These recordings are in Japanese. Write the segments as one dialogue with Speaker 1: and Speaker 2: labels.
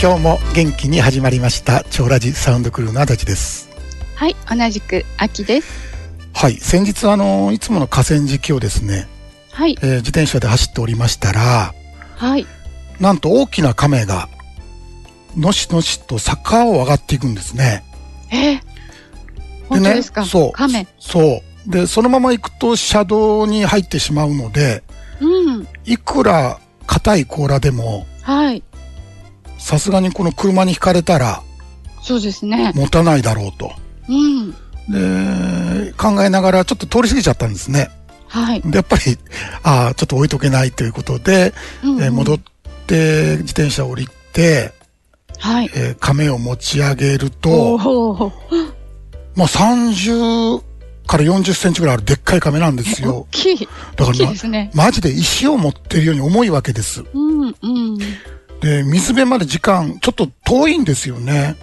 Speaker 1: 今日も元気に始まりました超ラジサウンドクルーの足立です
Speaker 2: はい、同じく秋です。
Speaker 1: はい先日あのいつもの河川敷をですね、
Speaker 2: はい
Speaker 1: え、ー自転車で走っておりましたら
Speaker 2: はい、
Speaker 1: なんと大きな亀がのしのしと坂を上がっていくんですね
Speaker 2: えー、本当ですか。
Speaker 1: そう
Speaker 2: 亀。
Speaker 1: そうでそのまま行くと車道に入ってしまうので
Speaker 2: うん、
Speaker 1: いくら硬い甲羅でも
Speaker 2: はい、
Speaker 1: さすがにこの車にひかれたら
Speaker 2: そうですね。
Speaker 1: 持たないだろうと
Speaker 2: うん、
Speaker 1: で考えながらちょっと通り過ぎちゃったんですね
Speaker 2: はい、
Speaker 1: でやっぱりああちょっと置いとけないということで、
Speaker 2: うん、
Speaker 1: えー戻
Speaker 2: っ
Speaker 1: って自転車を降りて、
Speaker 2: はい。
Speaker 1: えー亀を持ち上げる
Speaker 2: お
Speaker 1: と
Speaker 2: おー、
Speaker 1: まあ30から40センチぐらいあるでっかい亀なんです
Speaker 2: 大
Speaker 1: よ
Speaker 2: きい、
Speaker 1: だ
Speaker 2: 大
Speaker 1: か
Speaker 2: きい
Speaker 1: ら、ま
Speaker 2: ですね。
Speaker 1: マジで石を持ってるように重いわけです
Speaker 2: うん、うん、
Speaker 1: で、水辺まで時間、ちょっと遠いんですよね。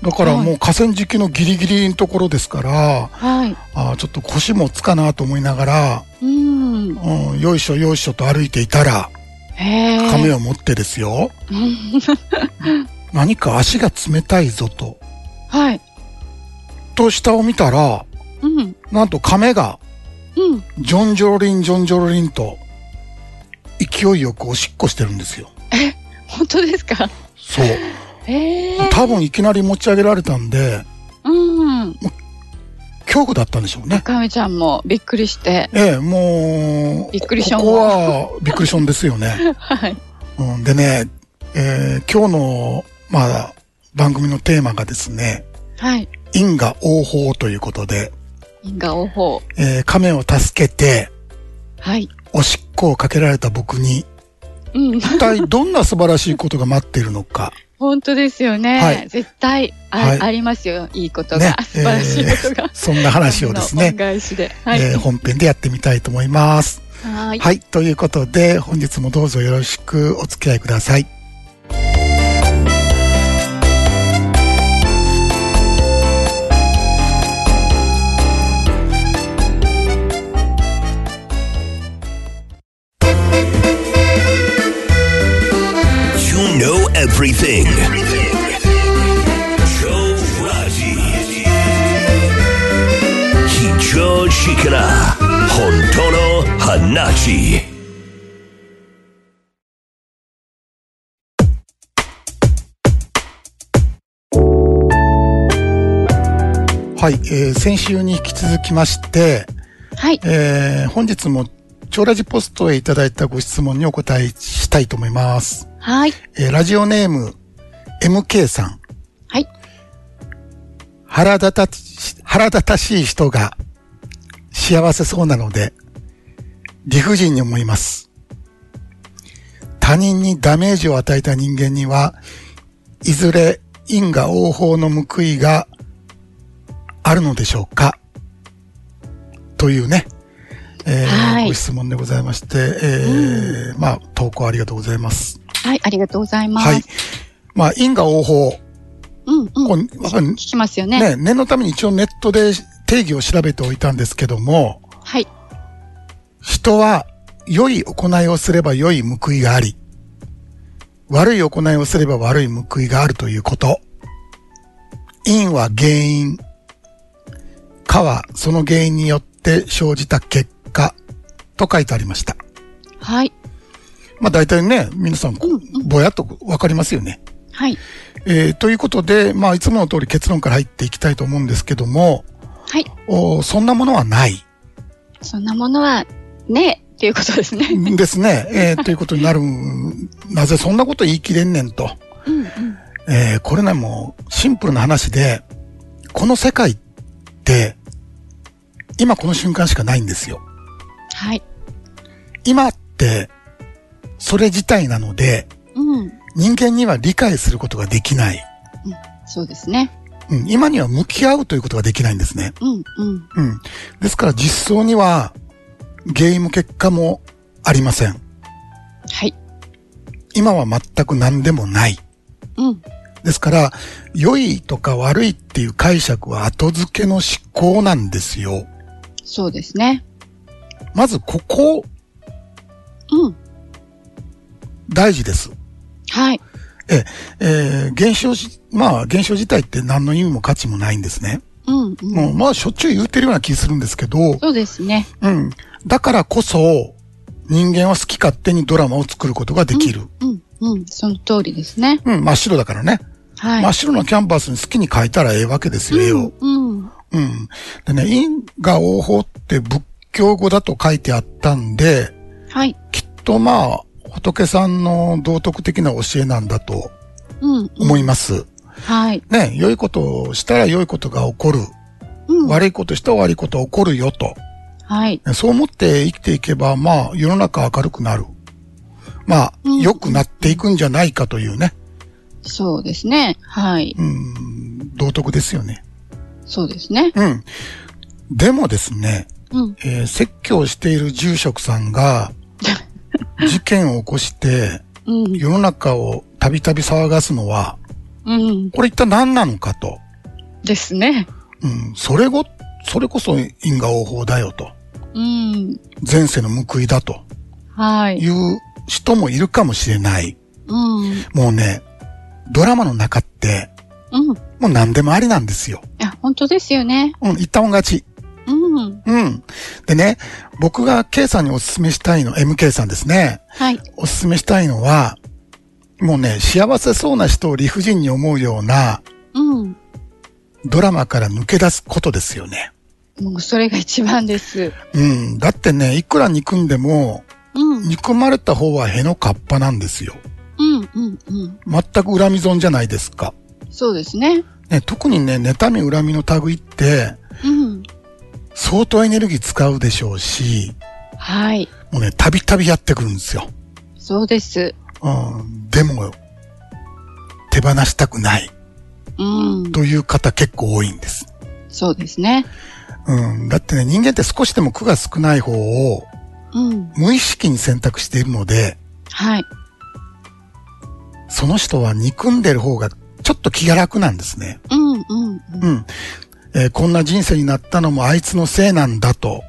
Speaker 1: だから
Speaker 2: はい
Speaker 1: もう河川敷のギリギリのところですから、
Speaker 2: はい、
Speaker 1: あーちょっと腰もつかなと思いながら、
Speaker 2: うん、
Speaker 1: うん、よいしょよいしょと歩いていたら、
Speaker 2: へえ。
Speaker 1: 亀を持ってです よ。何か足が冷たいぞと。
Speaker 2: はい、
Speaker 1: と下を見たら、
Speaker 2: うん、
Speaker 1: なんと亀が、
Speaker 2: うん、
Speaker 1: ジョンジョロリンジョンジョロリンと、勢いよくおしっこしてるんですよ。
Speaker 2: 本当ですか。
Speaker 1: そう。
Speaker 2: へえ。
Speaker 1: 多分いきなり持ち上げられたんで、
Speaker 2: うん、
Speaker 1: 恐怖だったんでしょうね。
Speaker 2: 亀ちゃんもびっくりして。
Speaker 1: ええ、もう、
Speaker 2: びっくりション
Speaker 1: ここは、びっくりションです よね。
Speaker 2: はい、
Speaker 1: うん、でね、えー今日の、まあ、番組のテーマがですね、
Speaker 2: はい、
Speaker 1: 因果応報ということで、
Speaker 2: 因果応報。
Speaker 1: えー亀を助けて、
Speaker 2: はい、
Speaker 1: おしっこをかけられた僕に、
Speaker 2: うん。
Speaker 1: 一体どんな素晴らしいことが待っているのか。
Speaker 2: 本当ですよね。
Speaker 1: はい
Speaker 2: 絶対あ,、
Speaker 1: はい
Speaker 2: ありますよ。いいことが、
Speaker 1: ね。
Speaker 2: 素晴らしいことが。
Speaker 1: えーそんな話をですね
Speaker 2: 恩、返しで。はい。
Speaker 1: えー本編でやってみたいと思います。
Speaker 2: はい。
Speaker 1: はい、ということで、本日もどうぞよろしくお付き合いください。
Speaker 3: You know everything. Joe Raji. Hicho Shikara. Hontono Hanachi.
Speaker 1: はい、えー先週に引き続きまして、
Speaker 2: はい。
Speaker 1: えー本日も超ラジポストへいただいたご質問にお答えしたいと思います。
Speaker 2: はい。
Speaker 1: えーラジオネーム MK さん。
Speaker 2: はい。
Speaker 1: 腹立たし、腹立たしい人が幸せそうなので理不尽に思います。他人にダメージを与えた人間には、いずれ因果応報の報いがあるのでしょうかというね、えー
Speaker 2: はい
Speaker 1: ご質問でございまして、えーまあ、投稿ありがとうございます。
Speaker 2: はい。ありがとうございます。
Speaker 1: はい。まあ、因果応報。
Speaker 2: うんうん。
Speaker 1: こ
Speaker 2: 聞
Speaker 1: れわかん
Speaker 2: きますよね。
Speaker 1: ね、念のために一応ネットで定義を調べておいたんですけども、
Speaker 2: はい。
Speaker 1: 人は良い行いをすれば良い報いがあり、悪い行いをすれば悪い報いがあるということ。因は原因。果はその原因によって生じた結果と書いてありました。
Speaker 2: はい。
Speaker 1: まあ大体ね、皆さんこう
Speaker 2: うんう
Speaker 1: ぼやっとわかりますよね。
Speaker 2: はい。
Speaker 1: えーということで、まあいつもの通り結論から入っていきたいと思うんですけども、
Speaker 2: はい。
Speaker 1: おそんなものはない。
Speaker 2: そんなものは、ねえ、っていうことですね。
Speaker 1: ですね。えーということになる、なぜそんなこと言い切れんねんと。
Speaker 2: うんうん。
Speaker 1: えーこれね、もう、シンプルな話で、この世界って、今この瞬間しかないんですよ。
Speaker 2: はい。
Speaker 1: 今って、それ自体なので、
Speaker 2: うん。
Speaker 1: 人間には理解することができない。
Speaker 2: そうですね。
Speaker 1: うん、今には向き合うということができないんですね。
Speaker 2: うんうん。
Speaker 1: うん。ですから実相には、原因も結果もありません。
Speaker 2: はい。
Speaker 1: 今は全く何でもない。
Speaker 2: うん。
Speaker 1: ですから、良いとか悪いっていう解釈は後付けの思考なんですよ。
Speaker 2: そうですね。
Speaker 1: まずここ
Speaker 2: うん。
Speaker 1: 大事です。
Speaker 2: はい。
Speaker 1: ええ、えー現象じ、まあ、現象自体って何の意味も価値もないんですね。
Speaker 2: うん、うん。
Speaker 1: もう、まあ、しょっちゅう言ってるような気するんですけど、
Speaker 2: そうですね。
Speaker 1: うん。だからこそ、人間は好き勝手にドラマを作ることができる。
Speaker 2: うん、うん。その通りですね。
Speaker 1: うん、真っ白だからね。
Speaker 2: はい。
Speaker 1: 真っ白のキャンバスに好きに描いたらええわけですよ、絵を。
Speaker 2: うん。
Speaker 1: うん。でね、因果応報って仏教語だと書いてあったんで、
Speaker 2: はい。
Speaker 1: きっとまあ、仏さんの道徳的な教えなんだと
Speaker 2: うん、うん。
Speaker 1: 思います。
Speaker 2: はい。
Speaker 1: ね、良いことをしたら良いことが起こる。
Speaker 2: うん。
Speaker 1: 悪いことしたら悪いことが起こるよと。
Speaker 2: はい。
Speaker 1: ねそう思って生きていけば、まあ、世の中明るくなる。まあ、
Speaker 2: うん
Speaker 1: 良くなっていくんじゃないかというね、
Speaker 2: そうですね。はい。
Speaker 1: うん、道徳ですよね。
Speaker 2: そうですね。
Speaker 1: うん。でもですね、
Speaker 2: うん。
Speaker 1: えー説教している住職さ んが、事件を起こして、
Speaker 2: うん。
Speaker 1: 世の中をたびたび騒がすのは、
Speaker 2: うん。
Speaker 1: これ一体何なのかと。
Speaker 2: ですね。
Speaker 1: うん、それご、それこそ因果応報だよと。
Speaker 2: うん。
Speaker 1: 前世の報いだと
Speaker 2: はいい。
Speaker 1: う人もいるかもしれない。
Speaker 2: うん。
Speaker 1: もうね、ドラマの中って、
Speaker 2: うん。い
Speaker 1: もう何でもありなんですよ。
Speaker 2: や、本当ですよね。
Speaker 1: うん、言ったもん勝ち。
Speaker 2: うん。
Speaker 1: うん。でね、僕が K さんにお勧めしたいの、MK さんですね。
Speaker 2: はい。
Speaker 1: おすすめしたいのは、もうね、幸せそうな人を理不尽に思うような
Speaker 2: うん。
Speaker 1: ドラマから抜け出すことですよね。
Speaker 2: もうそれが一番です。
Speaker 1: うん。だってね、いくら憎んでも、
Speaker 2: うん。
Speaker 1: 憎まれた方はへのかっぱなんですよ。
Speaker 2: うん。うん。うん。
Speaker 1: 全く恨み損じゃないですか。
Speaker 2: そうですね。
Speaker 1: ね、特にね、妬み恨みの類って、
Speaker 2: うん。
Speaker 1: 相当エネルギー使うでしょうし、
Speaker 2: はい。
Speaker 1: もうね、たびたびやってくるんですよ。
Speaker 2: そうです。
Speaker 1: うん。でも、手放したくない
Speaker 2: うん。
Speaker 1: という方結構多いんです。
Speaker 2: そうですね。
Speaker 1: うん。だってね、人間って少しでも苦が少ない方を
Speaker 2: うん。
Speaker 1: 無意識に選択しているので、
Speaker 2: はい。
Speaker 1: その人は憎んでる方がちょっと気が楽なんですね。
Speaker 2: うん。うん。
Speaker 1: うん。えーこんな人生になったのもあいつのせいなんだと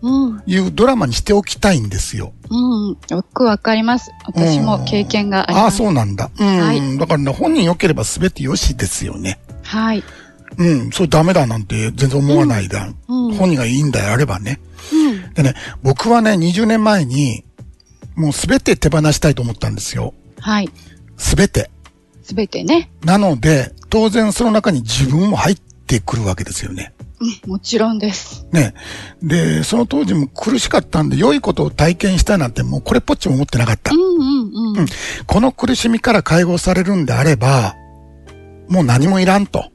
Speaker 2: うん。
Speaker 1: いうドラマにしておきたいんですよ。
Speaker 2: うん。よくわかります。私も経験があり
Speaker 1: あ
Speaker 2: ま
Speaker 1: あ、
Speaker 2: す。
Speaker 1: そうなんだ。うん。
Speaker 2: はい
Speaker 1: だからね、本人良ければ全て良しですよね。
Speaker 2: はい。
Speaker 1: うん。それダメだなんて全然思わないだ。
Speaker 2: うんうん
Speaker 1: 本人がいいんだよ、あればね。
Speaker 2: うん。
Speaker 1: でね、僕はね、20年前に、もう全て手放したいと思ったんですよ。
Speaker 2: はい。
Speaker 1: 全て。
Speaker 2: すべてね。
Speaker 1: なので、当然その中に自分も入ってくるわけですよね。
Speaker 2: うんもちろんです。
Speaker 1: ね。で、その当時も苦しかったんで、良いことを体験したいなんてもうこれっぽっちも思ってなかった
Speaker 2: う。んうんうん。
Speaker 1: この苦しみから解放されるんであれば、もう何もいらんと。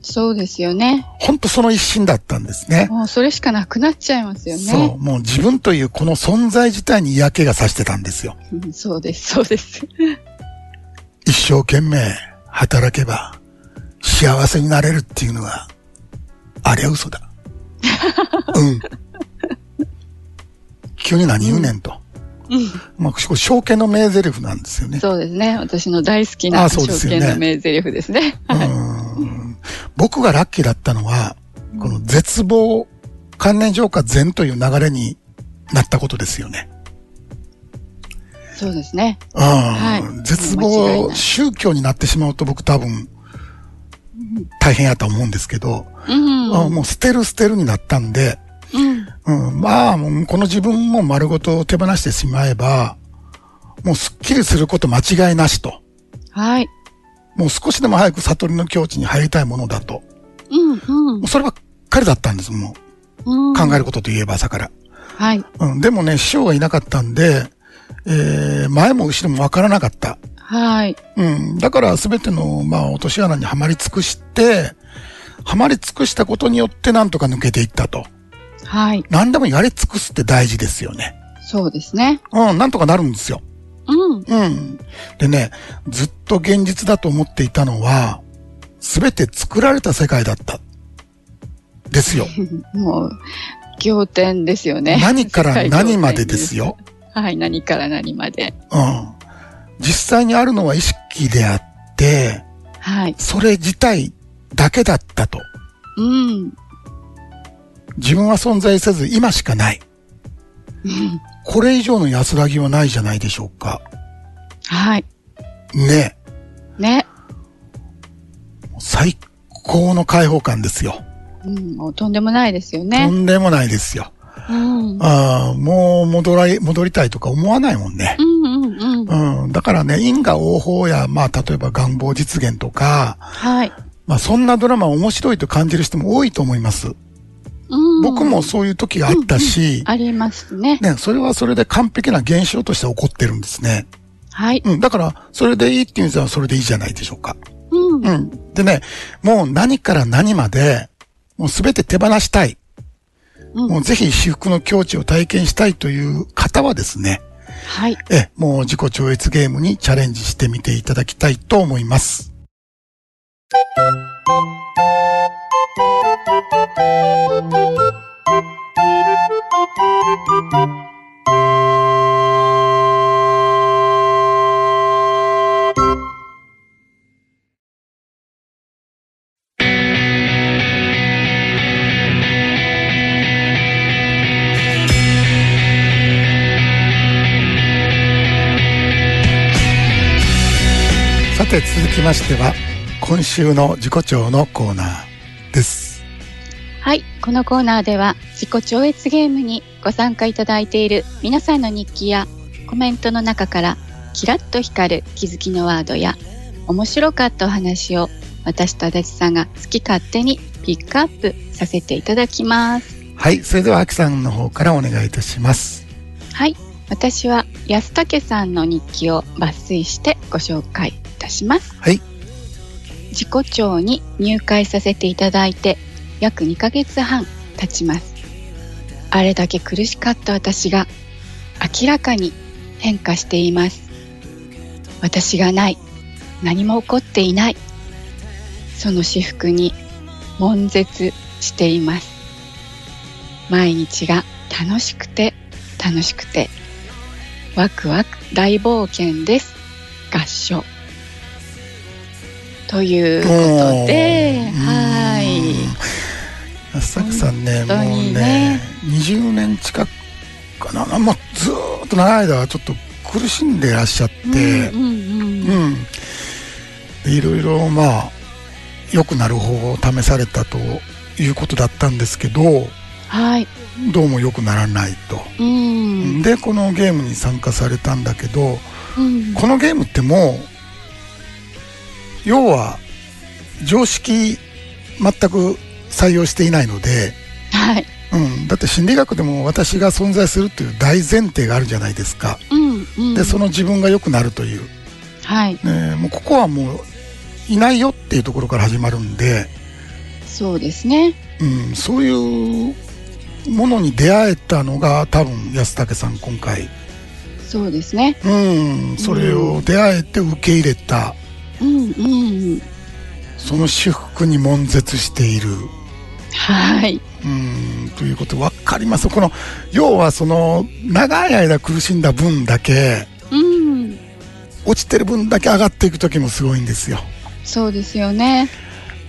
Speaker 2: そうですよね。
Speaker 1: ほんとその一心だったんですね。
Speaker 2: もうそれしかなくなっちゃいますよね。
Speaker 1: そう。もう自分というこの存在自体に嫌気がさしてたんですよ。
Speaker 2: うんそうです、そうです。
Speaker 1: 一生懸命働けば幸せになれるっていうのは、あれは嘘 だ。うん。急に何言うねんと。まあ、これ証券の名台詞なんですよね。
Speaker 2: そうですね。私の大好き
Speaker 1: あ
Speaker 2: な
Speaker 1: そう
Speaker 2: 証
Speaker 1: ですよね
Speaker 2: 券の名台詞ですね。
Speaker 1: 僕がラッキーだったのは、この絶望関連浄化善という流れになったことですよね。
Speaker 2: そうですね。
Speaker 1: うん
Speaker 2: はい
Speaker 1: 絶
Speaker 2: 間違い
Speaker 1: 望
Speaker 2: ない
Speaker 1: 宗教になってしまうと僕多分、大変やと思うんですけど、
Speaker 2: うん。
Speaker 1: あもう捨てる捨てるになったんで、
Speaker 2: うん。
Speaker 1: うん、まあ、もうこの自分も丸ごと手放してしまえば、もうスッキリすること間違いなしと。
Speaker 2: はい。
Speaker 1: もう少しでも早く悟りの境地に入りたいものだと。
Speaker 2: うんうん
Speaker 1: もう。そればっかりだったんです、もう。
Speaker 2: うん
Speaker 1: 考えることといえば朝から。
Speaker 2: はい。
Speaker 1: うん、でもね、師匠がいなかったんで、えー、前も後ろもわからなかった。
Speaker 2: はい。
Speaker 1: うん、だから全ての、まあ、落とし穴にはまり尽くして、はまり尽くしたことによってなんとか抜けていったと。
Speaker 2: はい。
Speaker 1: 何でもやり尽くすって大事ですよね。
Speaker 2: そうですね。
Speaker 1: うん、なんとかなるんですよ。
Speaker 2: うん。
Speaker 1: うん。でね、ずっと現実だと思っていたのは、すべて作られた世界だった。ですよ。
Speaker 2: もう、仰天ですよ ね。
Speaker 1: 何か
Speaker 2: 世
Speaker 1: ら
Speaker 2: 界仰天
Speaker 1: 何までですよ。
Speaker 2: はい。何から何まで。
Speaker 1: うん。実際にあるのは意識であって、
Speaker 2: はい。
Speaker 1: それ自体だけだったと。
Speaker 2: うん。
Speaker 1: 自分は存在せず今しかない。これ以上の安らぎはないじゃないでしょうか。
Speaker 2: はい。
Speaker 1: ねえ。
Speaker 2: ね。
Speaker 1: 最高の解放感ですよ。
Speaker 2: うん、もうとんでもないですよ
Speaker 1: と
Speaker 2: ね。
Speaker 1: んでもないですよ。
Speaker 2: うん。うん
Speaker 1: ああ、もう戻らい、戻りたいとか思わないもんね。
Speaker 2: うんうん。
Speaker 1: うん。だからね、因果応報や、まあ、例えば願望実現とか、
Speaker 2: はい。
Speaker 1: まあ、そんなドラマ面白いと感じる人も多いと思います。
Speaker 2: うん。
Speaker 1: 僕もそういう時があったし、
Speaker 2: ありますね。
Speaker 1: ね、それはそれで完璧な現象として起こってるんですね。
Speaker 2: はい。
Speaker 1: うん。だから、それでいいっていうのはそれでいいじゃないでしょうか。
Speaker 2: うん。
Speaker 1: う。
Speaker 2: うん
Speaker 1: でね、もう何から何まで、もうすべて手放したい。
Speaker 2: ん
Speaker 1: もうぜひ至福の境地を体験したいという方はですね、
Speaker 2: はい。
Speaker 1: え、もう自己超越ゲームにチャレンジしてみていただきたいと思います。さて続きましては、今週の自己調のコーナーです。
Speaker 2: はい。このコーナーでは、自己超越ゲームにご参加いただいている皆さんの日記やコメントの中から、キラッと光る気づきのワードや、面白かったお話を私と足立さんが好き勝手にピックアップさせていただきます。
Speaker 1: はい、それでは秋さんの方からお願いいたします。
Speaker 2: はい。私は安武さんの日記を抜粋してご紹介いたします。
Speaker 1: はい、
Speaker 2: 自己庁に入会させていただいて約2ヶ月半経ちますあれだけ苦しかった私が明らかに変化しています私がない何も起こっていないその私服に悶絶しています毎日が楽しくて楽しくてワクワク大冒険です合唱ということで
Speaker 1: おー
Speaker 2: はい。
Speaker 1: うん安作さんね、
Speaker 2: 本当
Speaker 1: もう
Speaker 2: に
Speaker 1: ね
Speaker 2: ね、
Speaker 1: 20年近くかな、もうずーっと長い間ちょっと苦しんでいらっしゃって、
Speaker 2: うんうんうん
Speaker 1: うん。でいろいろ、まあ、良くなる方法を試されたということだったんですけど、
Speaker 2: はい。
Speaker 1: どうも良くならないと。
Speaker 2: うん。
Speaker 1: で、このゲームに参加されたんだけど、
Speaker 2: うん。
Speaker 1: このゲームってもう、要は、常識全く採用していないので、
Speaker 2: はい。
Speaker 1: うん、だって心理学でも私が存在するという大前提があるじゃないですか。
Speaker 2: うん。うん。
Speaker 1: で、その自分が良くなるという。
Speaker 2: はい。
Speaker 1: ねえ、もうここはもういないよっていうところから始まるんで、
Speaker 2: そうですね。
Speaker 1: うん、そういうものに出会えたのが多分安武さん今回、
Speaker 2: そうですね。
Speaker 1: うん、それを出会えて受け入れた
Speaker 2: うん。うん。
Speaker 1: その私服に悶絶している、
Speaker 2: はい。
Speaker 1: うん、ということ分かりますこの要はその長い間苦しんだ分だけ
Speaker 2: うん。
Speaker 1: 落ちてる分だけ上がっていく時もすごいんですよ、
Speaker 2: そうですよね。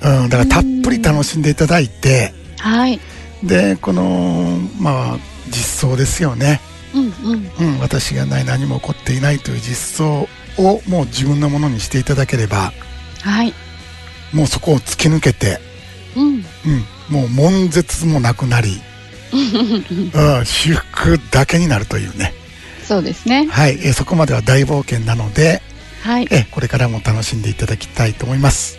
Speaker 1: うん、だからたっぷり楽しんでいただいて、
Speaker 2: はい。
Speaker 1: でこのまあ実装ですよね、
Speaker 2: うん。うん。
Speaker 1: うん、私がない何も起こっていないという実装をもう自分のものにしていただければ
Speaker 2: はい。
Speaker 1: もうそこを突き抜けて、
Speaker 2: うん。
Speaker 1: うん、もう悶絶もなくなり、うん、修復だけになるというね、
Speaker 2: そうですね。
Speaker 1: はいえーそこまでは大冒険なので
Speaker 2: はい。
Speaker 1: えーこれからも楽しんでいただきたいと思います、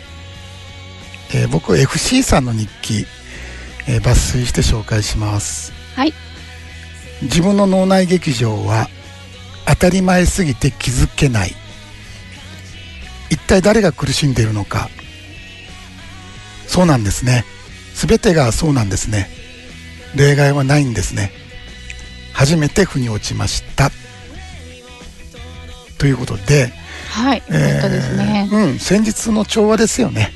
Speaker 1: えー僕 FC さんの日記、えー抜粋して紹介します
Speaker 2: はい。
Speaker 1: 自分の脳内劇場は当たり前すぎて気づけない一体誰が苦しんでいるのかそうなんですね全てがそうなんですね例外はないんですね初めて腑に落ちましたということで
Speaker 2: はい。本当ですね。
Speaker 1: えーうん、先日の調和ですよね、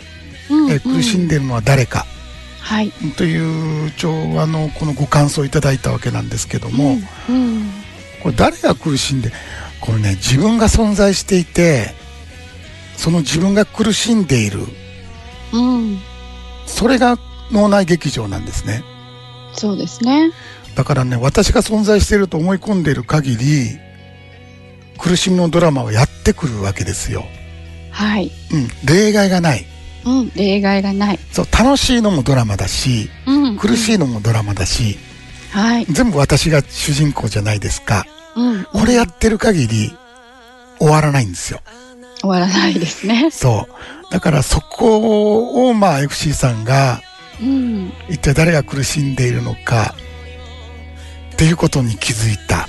Speaker 2: うん
Speaker 1: えー苦しん
Speaker 2: で。
Speaker 1: でいるのは誰か
Speaker 2: はい。
Speaker 1: という調和のこのご感想をいただいたわけなんですけども、
Speaker 2: うん。
Speaker 1: これ誰が苦しんでこれね自分が存在していてその自分が苦しんでいる
Speaker 2: うん。
Speaker 1: それが脳内劇場なんですね
Speaker 2: そうですね。
Speaker 1: だからね私が存在していると思い込んでいる限り苦しみのドラマはやってくるわけですよ
Speaker 2: はい。
Speaker 1: うん、例外がない。
Speaker 2: うん。例外がない。
Speaker 1: そう、楽しいのもドラマだし、
Speaker 2: うん。
Speaker 1: 苦し
Speaker 2: い。
Speaker 1: いのもドラマだし、
Speaker 2: はい。
Speaker 1: 全部私が主人公じゃないですか。
Speaker 2: うん。
Speaker 1: これやってる限り終わらないんですよ。
Speaker 2: 終わらないですね。
Speaker 1: そう。だからそこを、まあ FC さんが
Speaker 2: うん。
Speaker 1: 一体誰が苦しんでいるのかっていうことに気づいた。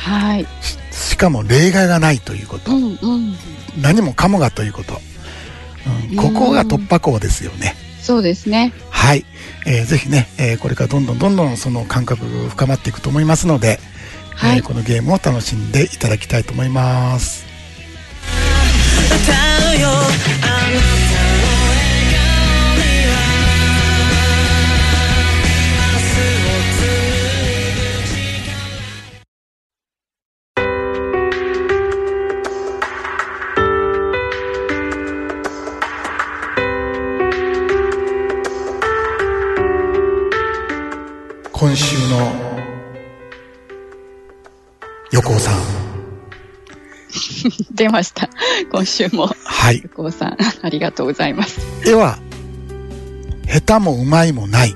Speaker 2: はい。
Speaker 1: ししかも例外がないということ。
Speaker 2: うん。うん。
Speaker 1: 何もかもがということ。うん、ここが突破口ですよね。
Speaker 2: そうですね。
Speaker 1: はい。えーぜひね、えーこれからどんどんどんどんその感覚が深まっていくと思いますので、
Speaker 2: はい
Speaker 1: えーこのゲームを楽しんでいただきたいと思います。今週の横尾さん。
Speaker 2: 出ました。今週も。
Speaker 1: はい。
Speaker 2: ゆこうさん、ありがとうございます。
Speaker 1: 絵は下手もうまいもない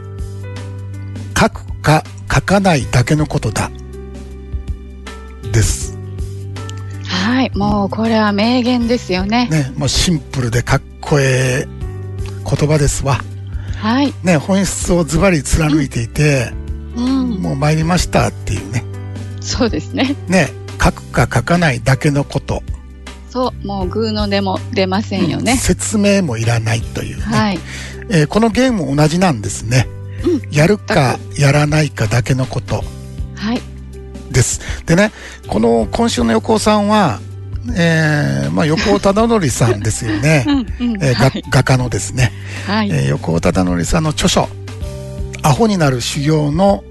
Speaker 1: 書くか書かないだけのことだです
Speaker 2: はい。もう、これは名言ですよね。
Speaker 1: ねもうシンプルでかっこええ言葉ですわ
Speaker 2: はい。
Speaker 1: ね本質をズバリ貫いていて、
Speaker 2: うん。
Speaker 1: もう参りましたっていうね
Speaker 2: そうですね。
Speaker 1: ね書くか書かないだけのこと、
Speaker 2: そう。もう、グーの出も出ませんよね。
Speaker 1: 説明もいらないというね、
Speaker 2: はい。
Speaker 1: えーこのゲーム同じなんですね、
Speaker 2: う
Speaker 1: やるかやらないかだけのこと
Speaker 2: はい。
Speaker 1: です。でね、この今週の横尾さんは、えーまあ、横尾忠則さんですよね
Speaker 2: う。ん。うん。
Speaker 1: えー
Speaker 2: は
Speaker 1: が
Speaker 2: い。
Speaker 1: 画家のですね、
Speaker 2: はい。
Speaker 1: えー横尾忠則さんの著書「アホになる修行」の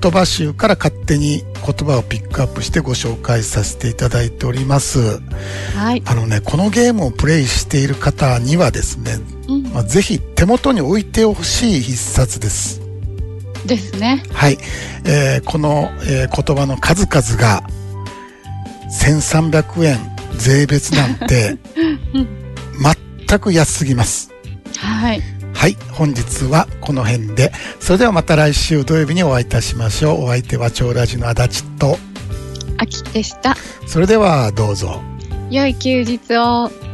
Speaker 1: 言葉集から勝手に言葉をピックアップしてご紹介させていただいております
Speaker 2: はい。
Speaker 1: あのねこのゲームをプレイしている方にはですね、
Speaker 2: うん。
Speaker 1: まあ、ぜひ手元に置いてほしい一冊です
Speaker 2: ですね。
Speaker 1: はい、えーこの、えー言葉の数々が1300円税別なんて全く安すぎます
Speaker 2: はい。
Speaker 1: はい本日はこの辺でそれではまた来週土曜日にお会いいたしましょうお相手は長ラジの足立と
Speaker 2: 秋でした。
Speaker 1: それではどうぞ
Speaker 2: 良い休日を。